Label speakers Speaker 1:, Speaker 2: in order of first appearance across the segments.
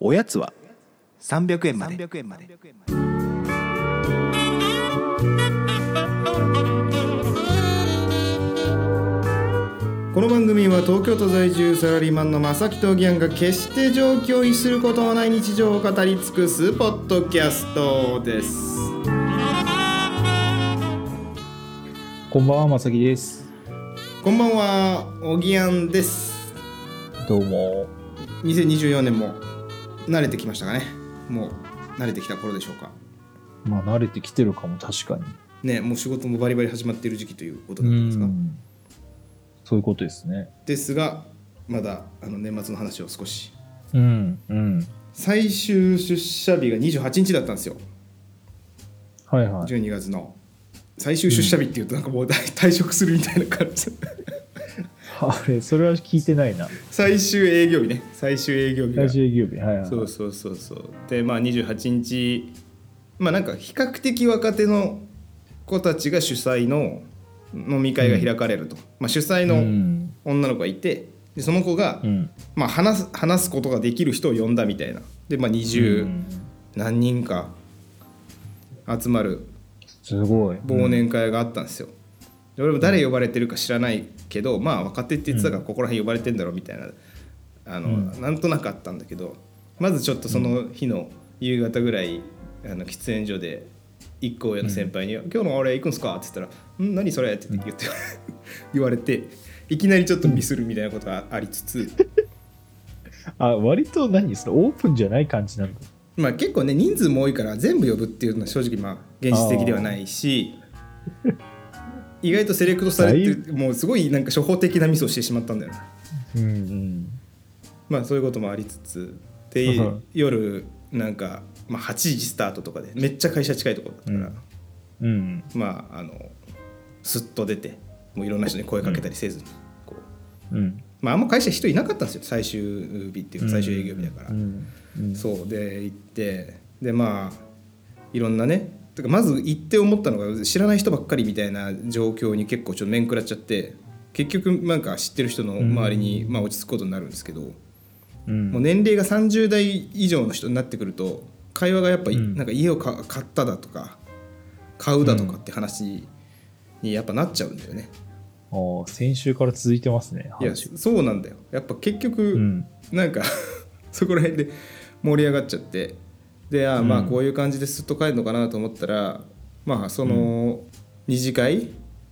Speaker 1: おやつは
Speaker 2: 300円まで
Speaker 3: この番組は東京都在住サラリーマンの正木とギャンが決して常軌を逸することのない日常を語り尽くすポッドキャストです
Speaker 4: こんばんは、まさきです。
Speaker 3: こんばんはおぎやんです
Speaker 4: どうも。
Speaker 3: 2024年も慣れてきましたかねもう慣れてきた頃でしょうか
Speaker 4: まあ、慣れてきてるかも、確かに。
Speaker 3: ねもう仕事もバリバリ始まっている時期ということなんですが
Speaker 4: んそういうことですね。
Speaker 3: ですがまだあの年末の話を少し
Speaker 4: うん、うん。
Speaker 3: 最終出社日が28日だったんですよ
Speaker 4: はいはい。
Speaker 3: 12月の最終出社日っていうとなんかもう大退職するみたいな感じ
Speaker 4: あれ、それは聞いてないな。
Speaker 3: 最終営業日ね最終営業日が
Speaker 4: 最終営業日。はいはい。
Speaker 3: そうそうそうそうでまあ28日まあなんか比較的若手の子たちが主催の飲み会が開かれると、まあ、主催
Speaker 4: う
Speaker 3: の
Speaker 4: ん。
Speaker 3: 女の子がいてでその子が、
Speaker 4: うん。
Speaker 3: まあ、話す話すことができる人を呼んだみたいなでまあ
Speaker 4: う
Speaker 3: 20
Speaker 4: ん
Speaker 3: 何人か集まる
Speaker 4: すごい。
Speaker 3: 忘年会があったんですよ、で俺も誰呼ばれてるか知らないけどまあ若手って言ってたからここら辺呼ばれてんだろうみたいなあの、なんとなくあったんだけどまずちょっとその日の夕方ぐらいあの喫煙所で一行上の先輩に「今日の俺行くんすか?」って言ったら「ん何それ?」って言って言って言われていきなりちょっとミスるみたいなことがありつつ、
Speaker 4: あ、割と何それオープンじゃない感じなんだ。
Speaker 3: まあ結構ね人数も多いから全部呼ぶっていうのは正直まあ現実的ではないし意外とセレクトされ
Speaker 4: だい
Speaker 3: てもうすごいなんか初歩的なミスをしてしまったんだよな
Speaker 4: うん、うん。
Speaker 3: まあそういうこともありつつで
Speaker 4: うん
Speaker 3: 夜なんか、まあ、8時スタートとかでめっちゃ会社近いところだったから、
Speaker 4: うん。
Speaker 3: まああのすっと出てもういろんな人に声かけたりせずに、こう
Speaker 4: うん。
Speaker 3: まああんま会社人いなかったんですよ最終日っていうか最終営業日だから、
Speaker 4: うん。うん
Speaker 3: そうで行ってでまあいろんなねてかまず行って思ったのが知らない人ばっかりみたいな状況に結構ちょっと面食らっちゃって結局なんか知ってる人の周りに、まあ、落ち着くことになるんですけど、
Speaker 4: うん
Speaker 3: もう年齢が30代以上の人になってくると会話がやっぱ、
Speaker 4: ん
Speaker 3: なんか家をか買っただとか買うだとかって話にやっぱなっちゃうんだよね。
Speaker 4: あー先週から続いてますね。
Speaker 3: いや
Speaker 4: 話
Speaker 3: そうなんだよやっぱ結局、
Speaker 4: うん。
Speaker 3: なんか そこら辺で盛り上がっちゃってであーまあ
Speaker 4: うん
Speaker 3: こういう感じですっと帰るのかなと思ったら、まあその二次会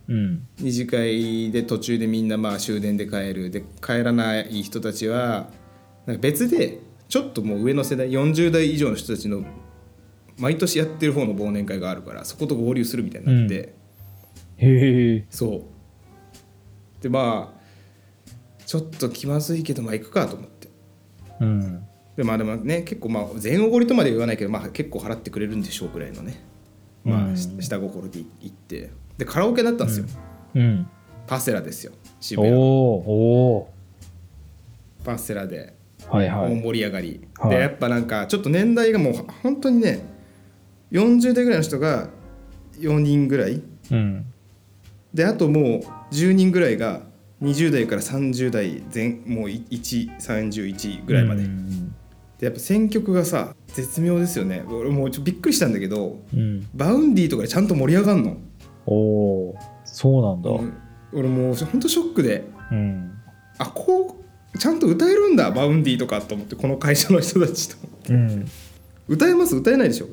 Speaker 4: うん。
Speaker 3: 二次会で途中でみんなまあ終電で帰るで帰らない人たちはなんか別でちょっともう上の世代40代以上の人たちの毎年やってる方の忘年会があるからそこと合流するみたいになって。
Speaker 4: うへえ。
Speaker 3: そうでまあちょっと気まずいけどまあ行くかと思って
Speaker 4: うん。
Speaker 3: でまあでもね結構まあ全おごりとまでは言わないけど、まあ、結構払ってくれるんでしょうぐらいのね、ま
Speaker 4: う
Speaker 3: あ、
Speaker 4: ん
Speaker 3: し下心で行ってでカラオケだったんですよ、
Speaker 4: うん。
Speaker 3: パセラですよ渋
Speaker 4: お
Speaker 3: 谷の
Speaker 4: おお
Speaker 3: パセラで
Speaker 4: お。はいは
Speaker 3: 大
Speaker 4: い。
Speaker 3: 盛り上がり、
Speaker 4: はい
Speaker 3: でやっぱなんかちょっと年代がもう本当にね40代ぐらいの人が4人ぐらい
Speaker 4: うん。
Speaker 3: であともう10人ぐらいが20代から30代前もう131ぐらいまで、
Speaker 4: うん。
Speaker 3: でやっぱ選曲がさ絶妙ですよね俺もうちょっとびっくりしたんだけど
Speaker 4: うん、
Speaker 3: バウンディとかでちゃんと盛り上がんの
Speaker 4: おおそうなんだ。
Speaker 3: うん俺もうほんとショックで
Speaker 4: うん。
Speaker 3: あこうちゃんと歌えるんだバウンディとかと思ってこの会社の人たちと
Speaker 4: う ん。
Speaker 3: 歌えます歌えないでしょ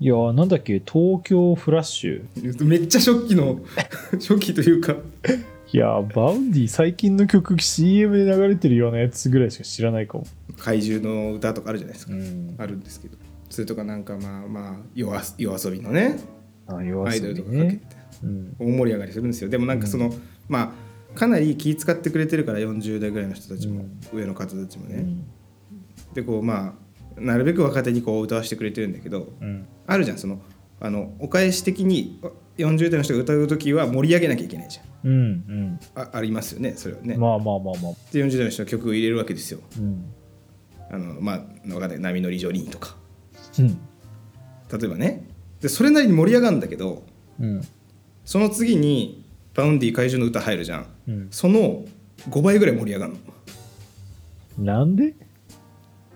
Speaker 4: いやーなんだっけ東京フラッシュ
Speaker 3: めっちゃ初期の 初期というか
Speaker 4: いやーバウンディ最近の曲 CM で流れてるようなやつぐらいしか知らないかも。
Speaker 3: 怪獣の歌とかあるじゃないですか、
Speaker 4: ん。
Speaker 3: あるんですけどそれとかなんかまあまあ夜あ夜遊びのね
Speaker 4: あ弱
Speaker 3: アイ
Speaker 4: そ
Speaker 3: ド
Speaker 4: う
Speaker 3: ルと
Speaker 4: に
Speaker 3: かかけて
Speaker 4: ね。うん。
Speaker 3: 大盛り上がりするんですよでもなんかその、まあかなり気使ってくれてるから40代ぐらいの人たちも、上の方たちもね、でこうまあなるべく若手にこう歌わせてくれてるんだけど
Speaker 4: うん。
Speaker 3: あるじゃんそのあのお返し的に40代の人が歌う時は盛り上げなきゃいけないじゃ
Speaker 4: うん。
Speaker 3: んあありますよねそれはね、
Speaker 4: うん。まあまあまあまあ。
Speaker 3: で40代の人の曲を入れるわけですよ
Speaker 4: うん。
Speaker 3: あのまあ分かんない波乗りジョリーンとか
Speaker 4: うん。
Speaker 3: 例えばねでそれなりに盛り上がるんだけど
Speaker 4: うん。
Speaker 3: その次にバウンディ怪獣の歌入るじゃん
Speaker 4: うん
Speaker 3: その5倍ぐらい盛り上がるの
Speaker 4: なんで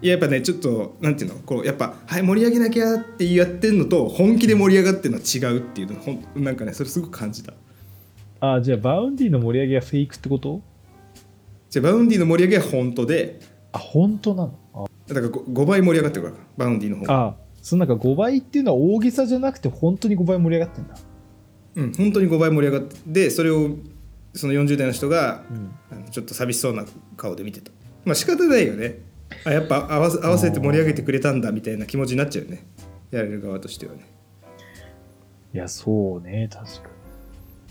Speaker 3: いややっぱねちょっとなんていうのこうやっぱ「はい盛り上げなきゃ」ってやってんのと本気で盛り上がってるのは違うっていうのほんなんかねそれすごく感じた
Speaker 4: ああ、じゃあ、バウンディの盛り上げはフェイクってこと
Speaker 3: じゃあバウンディの盛り上げは本当で
Speaker 4: あ、本当なの
Speaker 3: だから 5, 倍盛り上がってるからバウンディの方が
Speaker 4: ああ、そのなんか5倍っていうのは大げさじゃなくて、本当に5倍盛り上がってんだ。
Speaker 3: うん本当に5倍盛り上がってでそれをその40代の人が、
Speaker 4: ん
Speaker 3: あのちょっと寂しそうな顔で見てたまあ仕方ないよねあやっぱ合わせ合わせて盛り上げてくれたんだみたいな気持ちになっちゃうよねやれる側としてはね
Speaker 4: いや、そうね、確かに。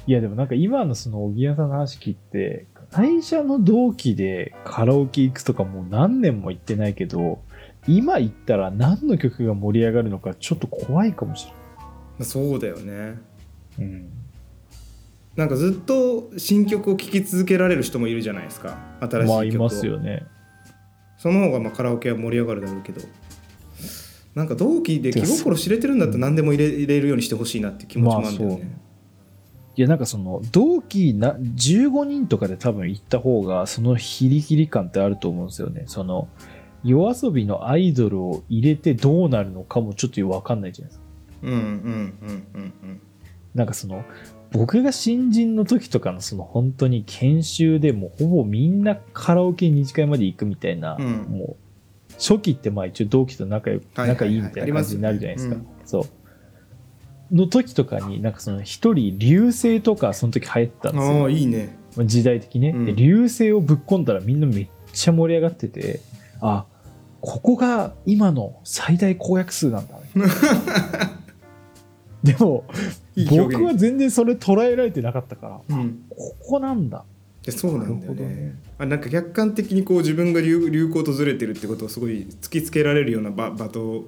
Speaker 4: いや、でもなんか今のその、小木屋さんの話聞いて、会社の同期でカラオケ行くとかもう何年も行ってないけど、今行ったら何の曲が盛り上がるのかちょっと怖いかもし
Speaker 3: まあ、そうだよね
Speaker 4: れない。うん。
Speaker 3: なんかずっと新曲を聴き続けられる人もいるじゃないですか新しい曲を、
Speaker 4: まあ、いますよね。
Speaker 3: その方がまあカラオケは盛り上がるだろうけどなんか同期で気心知れてるんだったら何でも入れ入れるようにしてほしいなって気持ちもあるんだよ
Speaker 4: まあ
Speaker 3: ね、
Speaker 4: いや、なんかその、同期な、15人とかで多分行った方が、そのヒリヒリ感ってあると思うんですよね。その、夜遊びのアイドルを入れてどうなるのかもちょっとわかんないじゃないですか。
Speaker 3: うんうんうんうんうん
Speaker 4: なんかその、僕が新人の時とかのその本当に研修でもうほぼみんなカラオケ二次会まで行くみたいな、
Speaker 3: うん
Speaker 4: もう、初期ってまあ一応同期と仲良く、
Speaker 3: はいはいはい
Speaker 4: 仲いいみたいな感じになるじゃないですか。
Speaker 3: ありま
Speaker 4: そう。の時とかに、なんかその一人、流星とかその時流行ってたんですよ。
Speaker 3: ああいいね
Speaker 4: まあ時代的ね、
Speaker 3: うん
Speaker 4: で流星をぶっ込んだらみんなめっちゃ盛り上がっててあここが今の最大公約数 なんだねでも
Speaker 3: いい表現
Speaker 4: 僕は全然それ捉えられてなかったから
Speaker 3: うん
Speaker 4: ここなんだ
Speaker 3: でそうなんだよ
Speaker 4: なるほ
Speaker 3: ね
Speaker 4: どね
Speaker 3: あなんか客観的にこう自分が流流行とずれてるってことをすごい突きつけられるような場場と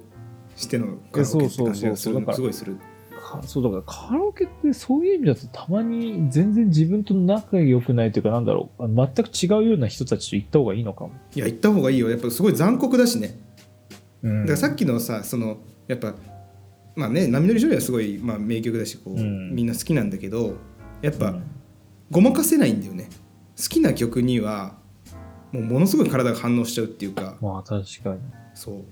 Speaker 3: してのカラオケって感じがす
Speaker 4: いやそうそうそうそう
Speaker 3: る
Speaker 4: だから
Speaker 3: すごいする
Speaker 4: かそうだからカラオケってそういう意味だとたまに全然自分と仲良くないというかなんだろうあ全く違うような人たちと行った方がいいのかも、
Speaker 3: いや行った方がいいよやっぱすごい残酷だしねだからさっ
Speaker 4: き
Speaker 3: きのさそのやっぱまあね「波乗り少女」はすごい、まあ、名曲だしこう、
Speaker 4: うん
Speaker 3: みんな好きなんだけどやっぱ、ごまかせないんだよね好きな曲にはもうものすごい体が反応しちゃうっていうか
Speaker 4: まあ確かに
Speaker 3: そう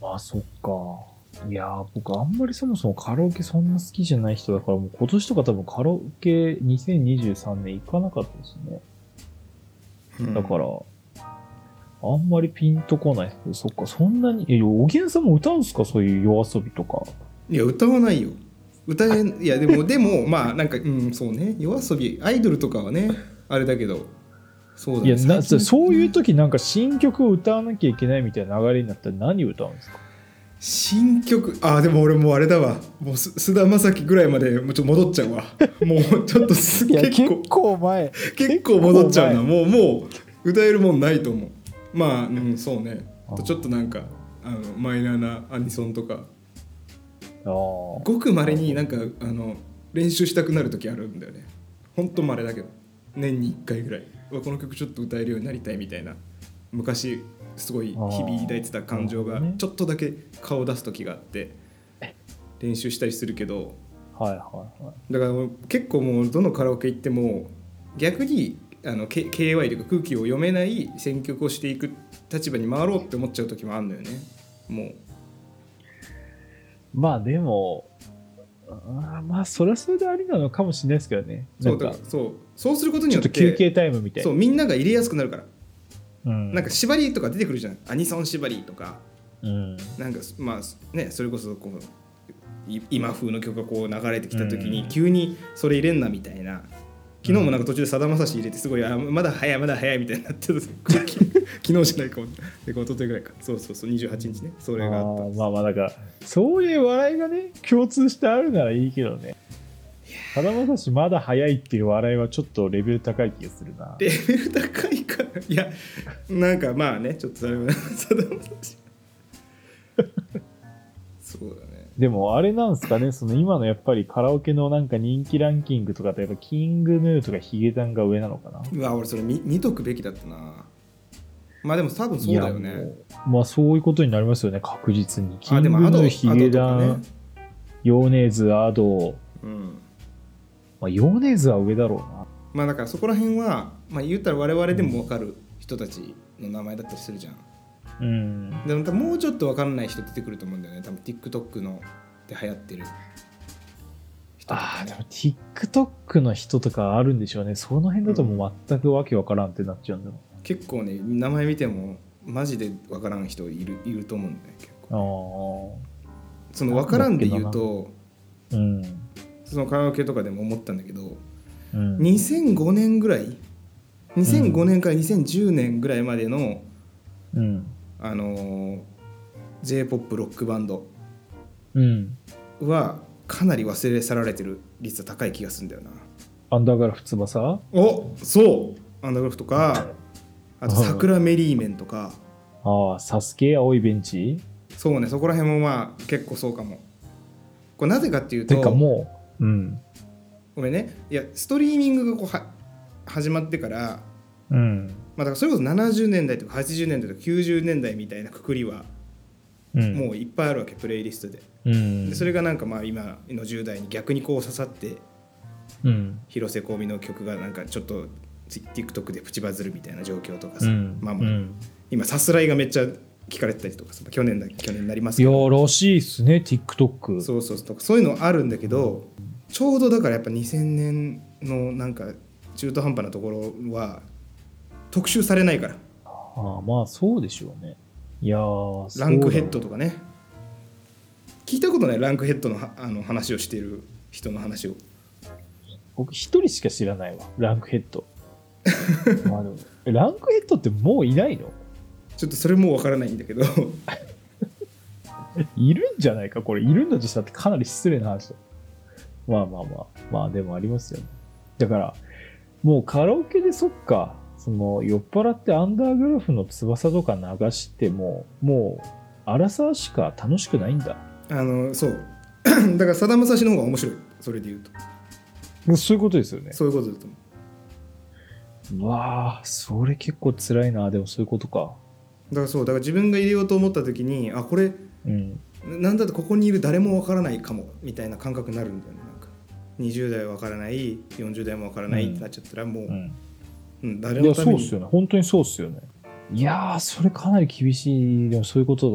Speaker 4: まあそっか。いやー、僕あんまりそもそもカラオケそんな好きじゃない人だから、もう今年とか多分カラオケ2023年行かなかったですね。
Speaker 3: うん
Speaker 4: だから、あんまりピンとこないですけど、そっか、そんなに、え、おげんさんも歌うんすかそういう夜遊びとか。
Speaker 3: いや歌わないよ歌えんいやでも でもまあなんかうんそうね夜遊びアイドルとかはねあれだけどそうだ
Speaker 4: い
Speaker 3: ね
Speaker 4: や、な
Speaker 3: 最近
Speaker 4: そういう時なんか新曲を歌わなきゃいけないみたいな流れになったら何歌うんですか
Speaker 3: 新曲あーでも俺もうあれだわもうす菅田将暉ぐらいまでもうちょっと戻っちゃうわもうちょっとす 結構
Speaker 4: 構前。
Speaker 3: 結構戻っちゃうな
Speaker 4: 結
Speaker 3: もうもう歌えるもんないと思うまあうんそうね
Speaker 4: あ
Speaker 3: あとちょっとなんかあのマイナーなアニソンとか
Speaker 4: あー
Speaker 3: ごくまれになんかあの練習したくなる時あるんだよねほんとまれだけど年に1回ぐらいうわこの曲ちょっと歌えるようになりたいみたいな昔すごい日
Speaker 4: あー
Speaker 3: 々抱いてた感情
Speaker 4: な
Speaker 3: が
Speaker 4: るほどね
Speaker 3: ちょっとだけ顔を出す時があって練習したりするけど
Speaker 4: はいはいはい。
Speaker 3: だからもう結構もうどのカラオケ行っても逆にあの、K、KY というか空気を読めない選曲をしていく立場に回ろうって思っちゃう時もあるんだよねもう
Speaker 4: まあでも、あーまあそれはそれでありなのかもしれないですけどね。な
Speaker 3: そ
Speaker 4: ん
Speaker 3: うだ
Speaker 4: か
Speaker 3: からそうそうすることに
Speaker 4: ちょ
Speaker 3: よ
Speaker 4: っ
Speaker 3: って
Speaker 4: と休憩タイムみたい
Speaker 3: そ
Speaker 4: な。
Speaker 3: うみんなが入れやすくなるから、
Speaker 4: うん
Speaker 3: なんか縛りとか出てくるじゃんアニソン縛りとか
Speaker 4: うん
Speaker 3: なんかまあねそれこそこうい今風の曲がこう流れてきた時
Speaker 4: う
Speaker 3: に
Speaker 4: ん
Speaker 3: 急にそれ入れんなみたいな昨日もなんか途中でさだまさし入れてすごいあまだ早いまだ早いみたいになってた 昨日じゃないかもで一昨日ぐらいかそうそうそう28日ねそれがあった
Speaker 4: あーまあまあだからそういう笑いがね共通してあるならいいけどねさだまさしまだ早いっていう笑いはちょっとレベル高い気がするな
Speaker 3: レベル高いからいやなんかまあねちょっとそれは さだまさ しそうだね
Speaker 4: でもあれなんですかねその今のやっぱりカラオケのなんか人気ランキングとかってやっぱキングヌーとかヒゲダンが上なのかな
Speaker 3: うわ俺それ見見とくべきだったなまあでも多分そうだ
Speaker 4: い
Speaker 3: よ
Speaker 4: やも
Speaker 3: ね
Speaker 4: うまあそういうことになりますよね確実にキ
Speaker 3: あ
Speaker 4: ン
Speaker 3: で
Speaker 4: グ
Speaker 3: も
Speaker 4: ヌ
Speaker 3: アド
Speaker 4: ーヒゲダ
Speaker 3: アドとか
Speaker 4: ン、
Speaker 3: ね
Speaker 4: ヨーネーズアド
Speaker 3: うん
Speaker 4: まあ、ヨーネーズは上だろ
Speaker 3: まあだからそこら辺はまあ言ったら我々でも分かる人たちの名前だったりするじゃん、
Speaker 4: うな。うん。
Speaker 3: でまたもうちょっと分かんない人出てくると思うんだよね多分 TikTok ので流行ってる人と
Speaker 4: あ
Speaker 3: か
Speaker 4: あ、
Speaker 3: ね
Speaker 4: でも TikTok の人とかあるんでしょうね。その辺だともう全くわけわからんってなっちゃうんだろ
Speaker 3: 結構ね名前見てもマジで分からん人いるいると思うんだよね結構
Speaker 4: う。
Speaker 3: その分からんで言うと
Speaker 4: ああ。うん。
Speaker 3: そのカラオケとかでも思ったんだけど
Speaker 4: うん。
Speaker 3: 2005年ぐらい
Speaker 4: う
Speaker 3: 2005
Speaker 4: ん
Speaker 3: 年から2010年ぐらいまでの、
Speaker 4: うん。
Speaker 3: あの j p o p ロックバンド
Speaker 4: うん。
Speaker 3: はかなり忘れ去られてる率は高い気がするんだよな
Speaker 4: アンダーガラフ翼
Speaker 3: おそうアンダーグラフとかあと「
Speaker 4: はい
Speaker 3: 桜メリーメン」とか
Speaker 4: ああ、サスケ青いベンチ
Speaker 3: そうねそこら辺もまあ結構そうかもこれなぜかっていうと
Speaker 4: てかもう、うん。
Speaker 3: ごめんねいやストリーミングがこうは始まってから
Speaker 4: うん。
Speaker 3: まあ、だからそれこそ70年代とか80年代とか90年代みたいなくくりは
Speaker 4: うん。
Speaker 3: もういっぱいあるわけ、プレイリストで
Speaker 4: うん。
Speaker 3: でそれがなんかまあ今の10代に逆にこう刺さって
Speaker 4: うん。
Speaker 3: 広瀬香美の曲がなんかちょっと TikTok でプチバズるみたいな状況とか
Speaker 4: う
Speaker 3: さ、
Speaker 4: ん。
Speaker 3: まあまあ、
Speaker 4: うん
Speaker 3: 今さすらいがめっちゃ聞かれてたりとかさ去年だ去年になります
Speaker 4: いや
Speaker 3: けど
Speaker 4: らしいっすね、TikTok。
Speaker 3: そうそうそうそういうのあるんだけどちょうどだからやっぱ2000年のなんか中途半端なところは特集されないから
Speaker 4: ああまあそうでしょうね。いやー
Speaker 3: ランクヘッドとかね聞いたことないランクヘッドのはあの話をしている人の話を
Speaker 4: 僕一人しか知らないわランクヘッドまあでもランクヘッドってもういないの
Speaker 3: ちょっとそれもわからないんだけど
Speaker 4: いるんじゃないかこれいるんだとしたってかなり失礼な話だまあまあまあまあでもありますよねだからもうカラオケでそっかその酔っ払ってアンダーグラフの翼とか流してももうアラサーしか楽しくないんだ
Speaker 3: あのそう だからさだまさしの方が面白いそれで言うと
Speaker 4: もうそういうことですよね
Speaker 3: そういうことだと思
Speaker 4: わあそれ結構辛いなでもそういうことか
Speaker 3: うだからそうだから自分が入れようと思った時にあこれ
Speaker 4: うん
Speaker 3: なんだってここにいる誰もわからないかもみたいな感覚になるんだよねなんか20代はわからない40代もわからないってなっちゃったらもう、う
Speaker 4: うんん
Speaker 3: 誰
Speaker 4: い
Speaker 3: の
Speaker 4: や、
Speaker 3: た
Speaker 4: そ
Speaker 3: め
Speaker 4: う
Speaker 3: に
Speaker 4: っすよね。本当にそうっすよね。いやー、それかなり厳しい。でもそういうこと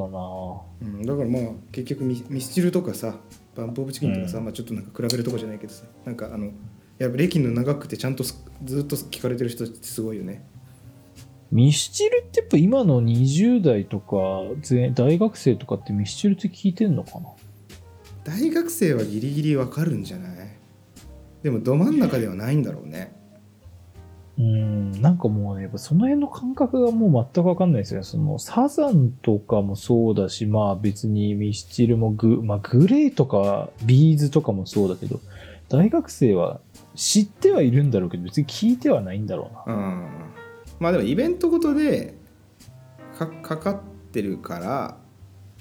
Speaker 4: だな
Speaker 3: うん、だからまあ結局ミミスチルとかさバンプ・オブ・チキンとかさ、
Speaker 4: うん
Speaker 3: まあ、ちょっとなんか比べるとこじゃないけどさなんかあのやっぱ歴の長くてちゃんとすずっと聞かれてる人ってすごいよね
Speaker 4: ミスチルってやっぱ今の20代とか、ぜ大学生とかってミスチルって聞いてんのかな
Speaker 3: 大学生はギリギリわかるんじゃないでもど真ん中ではないんだろうね
Speaker 4: うーん、なんかもうね、やっぱその辺の感覚がもう全くわかんないですよね。そのサザンとかもそうだし、まあ別にミスチルもグ、まあグレーとかビーズとかもそうだけど、大学生は知ってはいるんだろうけど、別に聞いてはないんだろうな。
Speaker 3: うんまあでもイベントごとでかかかってるから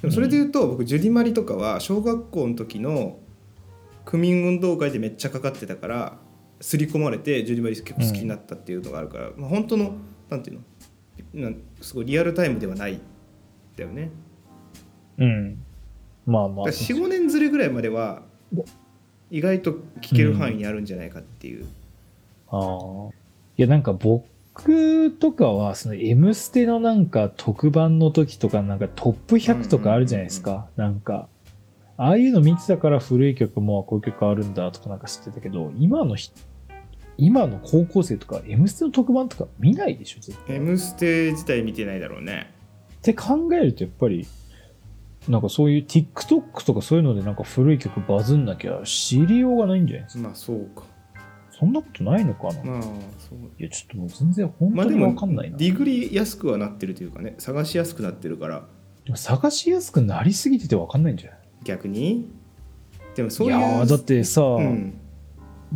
Speaker 3: でもそれで言うと、僕ジュディマリとかは小学校の時の区民運動会でめっちゃかかってたから刷り込まれてジュディマリ結構好きになったっていうのがあるから、まあ本当のなんていうのなんすごいリアルタイムではないんだよね
Speaker 4: うん。まあまあ。
Speaker 3: 45年ずれぐらいまでは意外と聞ける範囲にあるんじゃないかっていう、
Speaker 4: ああ。いや、なんか僕とかは、その M ステのなんか特番の時とか、なんかトップ100とかあるじゃないですか。なんか、ああいうの見てたから古い曲もこういう曲あるんだとかなんか知ってたけど、今のひ今の高校生とか M ステの特番とか見ないでしょ、絶対。っ
Speaker 3: M ステ自体見てないだろうね
Speaker 4: て考えるとやっぱり、なんかそういう TikTok とかそういうのでなんか古い曲バズんなきゃ知りようがないんじゃないですか。
Speaker 3: まあそうか
Speaker 4: そんなことないのかな、い
Speaker 3: まあそう
Speaker 4: や、ちょっともう全然本
Speaker 3: まあ
Speaker 4: 当
Speaker 3: で
Speaker 4: に
Speaker 3: も
Speaker 4: わかんないな。
Speaker 3: ディグリ安くはなってるというかね探しやすくなってるから
Speaker 4: でも探しやすくなりすぎてて分かんないんじゃない
Speaker 3: 逆にでも
Speaker 4: い
Speaker 3: そういう
Speaker 4: やーだってさ、
Speaker 3: うん、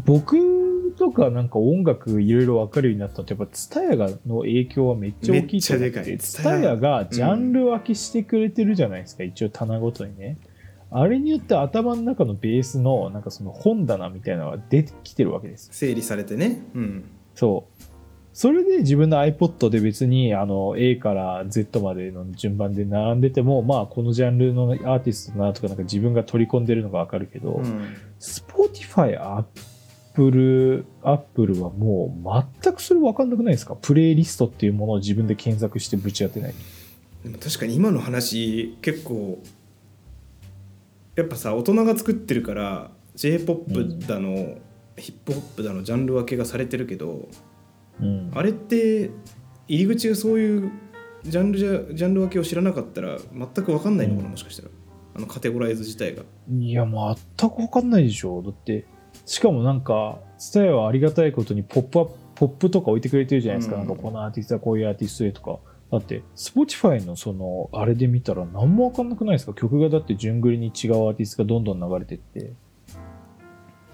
Speaker 4: 僕とかなんか音楽いろいろ分かるようになったってやっぱツタヤがの影響はめっちゃ大きいと思っ
Speaker 3: めっちゃでか
Speaker 4: て
Speaker 3: い
Speaker 4: ツタヤがジャンル分けしてくれてるじゃないですか、一応棚ごとにねあれによって頭の中のベースのなんかその本棚みたいなのが出てきてるわけですよ
Speaker 3: 整理されてねうん
Speaker 4: そうそれで自分の iPod で別にあの A から Z までの順番で並んでてもまあこのジャンルのアーティストだなとかなんか自分が取り込んでるのが分かるけど、
Speaker 3: うん、
Speaker 4: Spotify、Apple、Apple はもう全くそれ分かんなくないですかプレイリストっていうものを自分で検索してぶち当てない。
Speaker 3: でも確かに今の話結構やっぱさ大人が作ってるから j p o p だの、ヒップホップだのジャンル分けがされてるけど
Speaker 4: うん、
Speaker 3: あれって入り口がそういうジャンルじゃジャンル分けを知らなかったら全く分かんないのかな、
Speaker 4: うん
Speaker 3: もしかしたらあのカテゴライズ自体が
Speaker 4: いや、全く分かんないでしょ。だって、しかもなんか、伝えはありがたいことにポップアップ、ポップとか置いてくれてるじゃないですか。
Speaker 3: うん
Speaker 4: なんか、このアーティストはこういうアーティストでとか。だって、Spotify のその、あれで見たら何も分かんなくないですか曲がだって順繰りに違うアーティストがどんどん流れてって。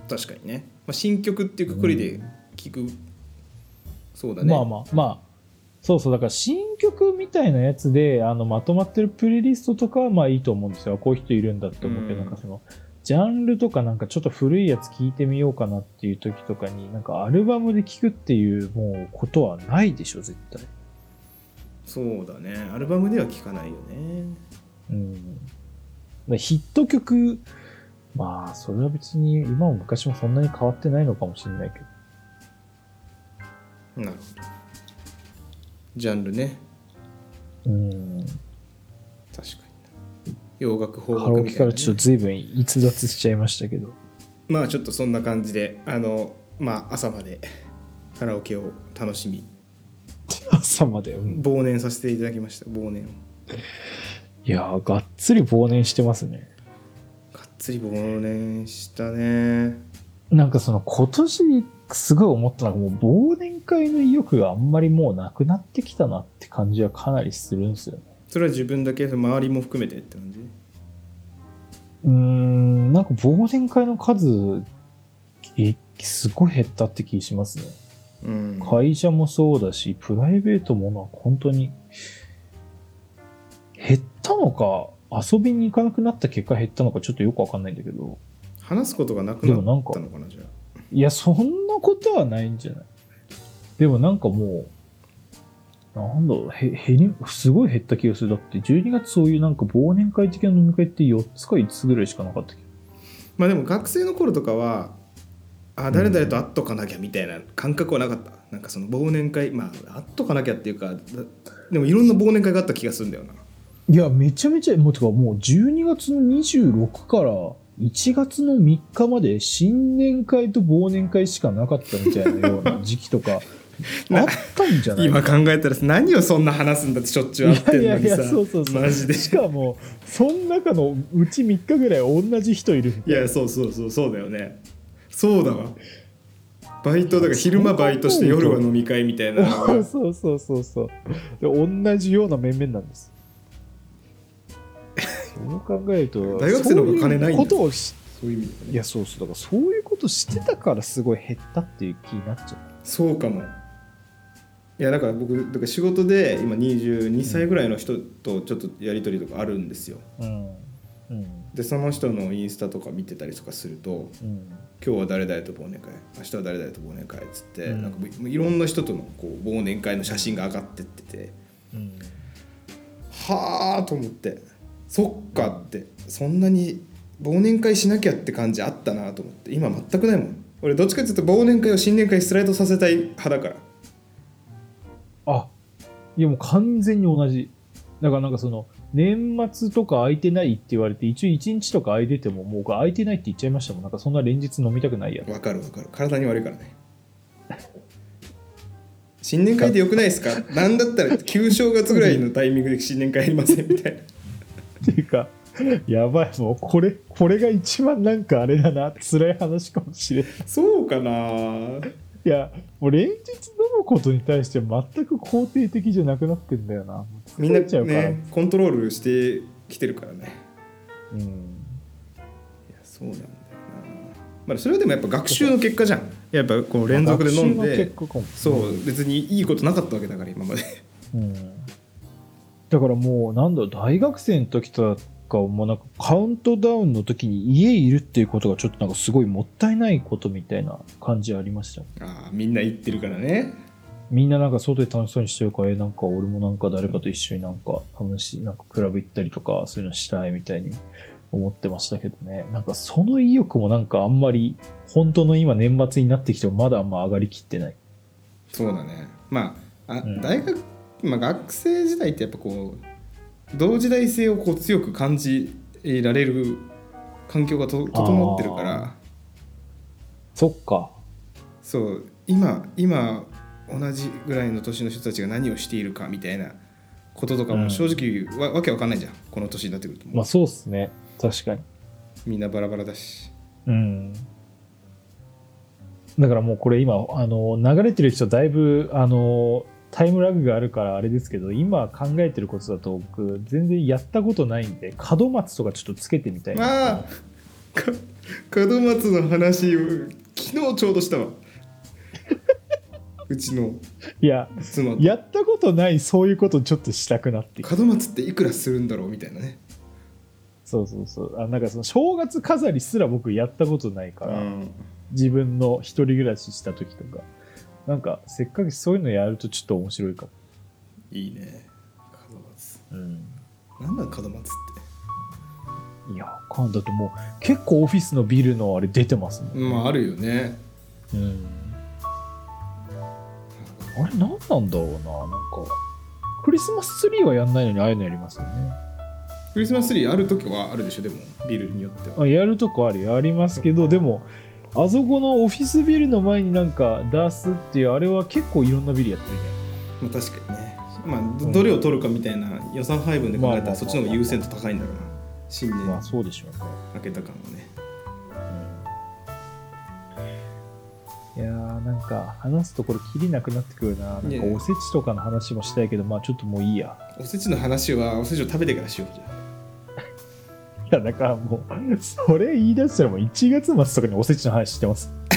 Speaker 3: 確かにね、まあ、新曲っていうくくりで聞く、そうだね
Speaker 4: まあまあ、まあ、そうそう、だから新曲みたいなやつで、あの、まとまってるプレイリストとかはまあいいと思うんですよ。こういう人いるんだって思うけど、
Speaker 3: うん
Speaker 4: なんかその、ジャンルとかなんかちょっと古いやつ聞いてみようかなっていう時とかに、なんかアルバムで聞くっていうもうことはないでしょ、絶対。
Speaker 3: そうだねアルバムでは聞かないよね
Speaker 4: うん。だからヒット曲、まあ、それは別に今も昔もそんなに変わってないのかもしれないけど。
Speaker 3: なるほどジャンルね
Speaker 4: うん。
Speaker 3: 確かに洋楽邦
Speaker 4: カラ
Speaker 3: 楽
Speaker 4: オ
Speaker 3: み
Speaker 4: ケか
Speaker 3: たいな
Speaker 4: ら
Speaker 3: ね、
Speaker 4: ちょっと随分逸脱しちゃいましたけど。
Speaker 3: まあちょっとそんな感じであのまあ朝までカラオケを楽しみ
Speaker 4: 朝まで。うん
Speaker 3: 忘年させていただきました忘年を
Speaker 4: いやー、がっつり忘年してますね。
Speaker 3: がっつり忘年したね
Speaker 4: なんかその今年すごい思ったのがもう忘年会の意欲があんまりもうなくなってきたなって感じはかなりするんですよね。
Speaker 3: それは自分だけ周りも含めてって感じ
Speaker 4: うーん、なんか忘年会の数、えすごい減ったって気しますね。
Speaker 3: うん
Speaker 4: 会社もそうだし、プライベートもな、本当に、減ったのか、遊びに行かなくなった結果減ったのかちょっとよくわかんないんだけど、
Speaker 3: 話すことがなくなった
Speaker 4: でもなん
Speaker 3: の
Speaker 4: か
Speaker 3: かなじゃあ
Speaker 4: いや、そんなことはないんじゃないでもなんかもう、なんだろう、へ、減り、すごい減った気がする。だって、12月そういうなんか忘年会的な飲み会って4つか5つぐらいしかなかったけど。
Speaker 3: まあでも学生の頃とかはあ誰々と会っとかなきゃみたいな感覚はなかった、なんかその忘年会まあ会っとかなきゃっていうかだでもいろんな忘年会があった気がするんだよない
Speaker 4: や、めちゃめちゃ、もう、てかもう12月の26から1月の3日まで新年会と忘年会しかなかったみたいなような時期と か、あったんじゃない
Speaker 3: 今考えたら何をそんな話すんだってしょっちゅう会ってんのにさ
Speaker 4: そうそうそう
Speaker 3: マジで
Speaker 4: しかもその中のうち3日ぐらい同じ人いるみたいない
Speaker 3: やそうそうそうそうだよねそうだわバイトだから昼間バイトして
Speaker 4: そう考えると
Speaker 3: 夜は飲み会みたいなのが
Speaker 4: そうそうそうそうで同じような面々なんですそう考えると
Speaker 3: 大学生の方が金な
Speaker 4: そうい
Speaker 3: いんだ
Speaker 4: うことをし
Speaker 3: そういう意味でね
Speaker 4: いやそうそうだからそういうことしてたからすごい減ったっていう気になっちゃう
Speaker 3: そうかもいやだから僕だから仕事で今22歳ぐらいの人とちょっとやり取りとかあるんですよ
Speaker 4: うんうん
Speaker 3: でその人のインスタとか見てたりとかすると
Speaker 4: うん
Speaker 3: 「今日は誰々と忘年会明日は誰々と忘年会」っつって、
Speaker 4: うん
Speaker 3: なんかもういろんな人とのこう忘年会の写真が上がってってて
Speaker 4: うん
Speaker 3: はあと思ってそっかってそんなに忘年会しなきゃって感じあったなと思って今全くないもん俺どっちかっていうと忘年会を新年会スライドさせたい派だから
Speaker 4: あいやもう完全に同じだからなんかその年末とか空いてないって言われて一応1日とか空いててももう空いてないって言っちゃいましたもんなんかそんな連日飲みたくないや
Speaker 3: わかるわかる体に悪いからね新年会でよくないですかなんだったら旧正月ぐらいのタイミングで新年会やりませんみたいな
Speaker 4: っていうか、やばい、もうこれ、これが一番なんかあれだな、辛い話かもしれない。
Speaker 3: そうかない
Speaker 4: や、もう連日飲むことに対して全く肯定的じゃなくなってんだよな。
Speaker 3: みんな
Speaker 4: 疲れちゃうから
Speaker 3: ねコントロールしてきてるからね
Speaker 4: うん。
Speaker 3: いやそうなんだよな、まあ、それはでもやっぱ学習の結果じゃんやっぱこう連続で飲ん
Speaker 4: 学習の結
Speaker 3: で
Speaker 4: 果かも
Speaker 3: そう別にいいことなかったわけだから今まで
Speaker 4: うん。だからもう、なんだろう、大学生の時とか、もうなんかカウントダウンの時に家いるっていうことがちょっとなんかすごいもったいないことみたいな感じありました。
Speaker 3: ああみんな言ってるからね
Speaker 4: みんななんか外で楽しそうにしてるから、え、なんか俺もなんか誰かと一緒になんか楽しい、なんかクラブ行ったりとか、そういうのしたいみたいに思ってましたけどね。なんかその意欲もなんかあんまり、本当の今年末になってきてもまだあんま上がりきってない。
Speaker 3: そうだねまああ、
Speaker 4: うん
Speaker 3: 大学、まあ、学生時代ってやっぱこう同時代性をこう強く感じられる環境がと整ってるから
Speaker 4: そっか。
Speaker 3: そう今今同じぐらいの年の人たちが何をしているかみたいなこととか
Speaker 4: う
Speaker 3: も
Speaker 4: ん
Speaker 3: 正直わ,、わけわかんないじゃんこの年になってくるともう
Speaker 4: まあそうっすね。確かに。
Speaker 3: みんなバラバラだし
Speaker 4: うん。だからもうこれ今、あの、流れてる人だいぶ、あの、タイムラグがあるからあれですけど、今考えてることだと僕、全然やったことないんで、門松とかちょっとつけてみたいな。
Speaker 3: ああか門松の話昨日ちょうどし たわうちの
Speaker 4: いや、
Speaker 3: 妻と
Speaker 4: やったことないそういうことちょっとしたくなってきた
Speaker 3: 門松っていくらするんだろうみたいなね
Speaker 4: そうそうそうあなんかその正月飾りすら僕やったことないから、
Speaker 3: うん
Speaker 4: 自分の一人暮らしした時とかなんかせっかくそういうのやるとちょっと面白いかも、
Speaker 3: いいね門松なんだ門松って
Speaker 4: いやわかんだってもう結構オフィスのビルのあれ出てますもん、
Speaker 3: まああるよね
Speaker 4: うんあれ何なんだろうななんかクリスマスツリーはやんないのにああいうのやりますよね
Speaker 3: クリスマスツリーある時はあるでしょでもビルによっては
Speaker 4: あやるとこあるよありますけどでもあそこのオフィスビルの前になんか出すっていうあれは結構いろんなビルやってるね
Speaker 3: まあ確かにねまあどどれを取るかみたいな予算配分で考えたらそっちの方が優先度高いんだろうな新
Speaker 4: まあ
Speaker 3: 年
Speaker 4: そうでしょうね、
Speaker 3: 明けた感のね
Speaker 4: いやーなんか話すところきりなくなってくるななんか
Speaker 3: いや
Speaker 4: おせちとかの話もしたいけどまあちょっともういいや
Speaker 3: おせちの話はおせちを食べてからしようじゃあ
Speaker 4: いやだからもうそれ言い出したらもう1月末とかにおせちの話してます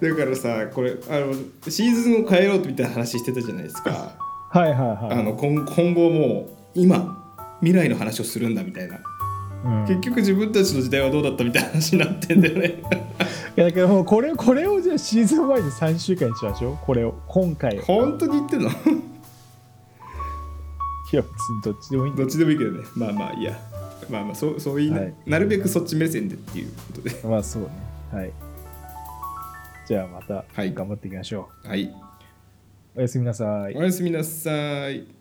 Speaker 3: だからさこれあのシーズンを変えようみたいな話してたじゃないですか
Speaker 4: はいはいはい
Speaker 3: あの今今後もう今未来の話をするんだみたいな
Speaker 4: うん
Speaker 3: 結局自分たちの時代はどうだったみたいな話になってんだよね
Speaker 4: いやだからもうこれこれをじゃあシーズン前に3週間にしましょうこれを今回を
Speaker 3: 本当に言ってん
Speaker 4: い
Speaker 3: の
Speaker 4: や別にどっちでもいいんだ
Speaker 3: どっちでもいいけどねまあまあいいやまあまあそうそう言いな、
Speaker 4: はい
Speaker 3: なるべくそっち目線でっていうことで
Speaker 4: まあそうね。はい。じゃあまた
Speaker 3: はい
Speaker 4: 頑張っていきましょう。
Speaker 3: はい
Speaker 4: おやすみなさい。
Speaker 3: おやすみなさい